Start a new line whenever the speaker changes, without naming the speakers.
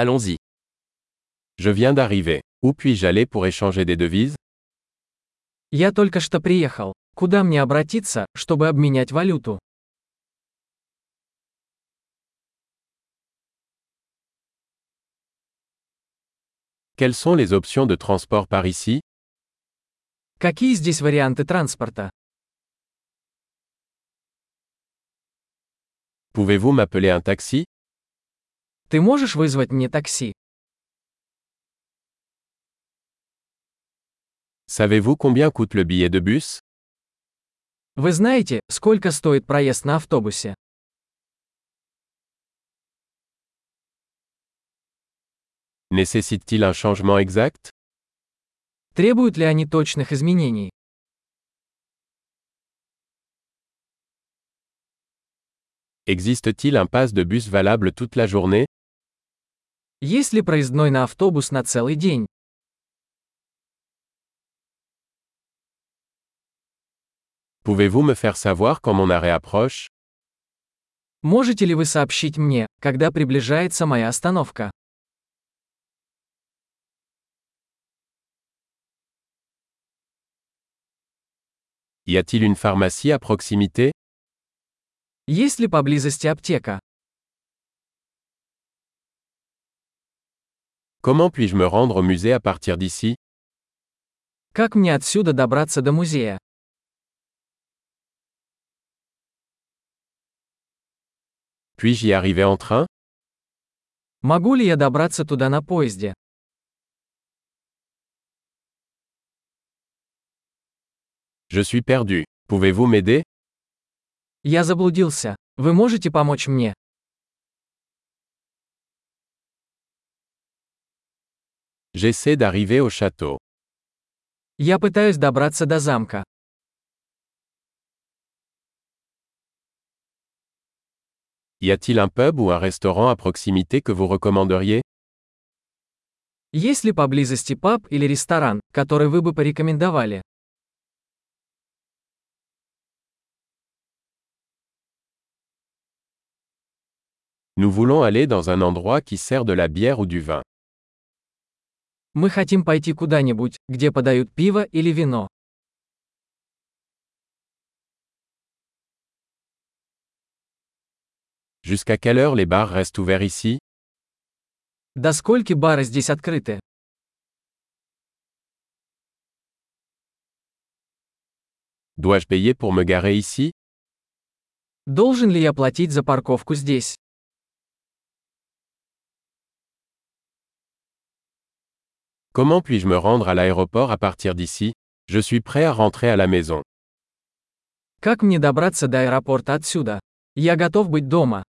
Allons-y. Je viens d'arriver. Où puis-je aller pour échanger des devises
Я только что приехал. Куда мне обратиться, чтобы обменять валюту?
Quelles sont les options de transport par ici
Какие здесь варианты транспорта?
Pouvez-vous m'appeler un taxi
Ты можешь вызвать мне такси?
Savez-vous combien coûte le billet de bus
Вы знаете, сколько стоит проезд на автобусе?
Nécessite-t-il un changement exact
Требуют ли они точных изменений?
Existe-t-il un pass de bus valable toute la journée
Есть ли проездной на автобус на целый день?
Pouvez-vous me faire savoir quand mon arrêt approche
Можете ли вы сообщить мне, когда приближается моя остановка?
Y a-t-il une pharmacie à proximité
Есть ли поблизости аптека?
Comment puis-je me rendre au musée à partir d'ici
Как мне отсюда добраться до музея?
Puis-je y arriver en train
Могу ли я добраться туда на поезде?
Je suis perdu. Pouvez-vous m'aider
Я заблудился. Вы можете помочь мне?
J'essaie d'arriver au château.
Я пытаюсь добраться до замка.
Y a-t-il un pub ou un restaurant à proximité que vous recommanderiez
Есть ли поблизости паб или ресторан, который вы бы порекомендовали?
Nous voulons aller dans un endroit qui sert de la bière ou du vin.
Мы хотим пойти куда-нибудь, где подают пиво или вино.
Jusqu'à quelle heure les bars restent ouverts ici
До скольки бары здесь открыты?
Dois-je payer pour me garer ici
Должен ли я платить за парковку здесь?
Comment puis-je me rendre à l'aéroport à partir d'ici Je suis prêt à rentrer à la maison.
Как мне добраться до аэропорта отсюда? Я готов быть дома.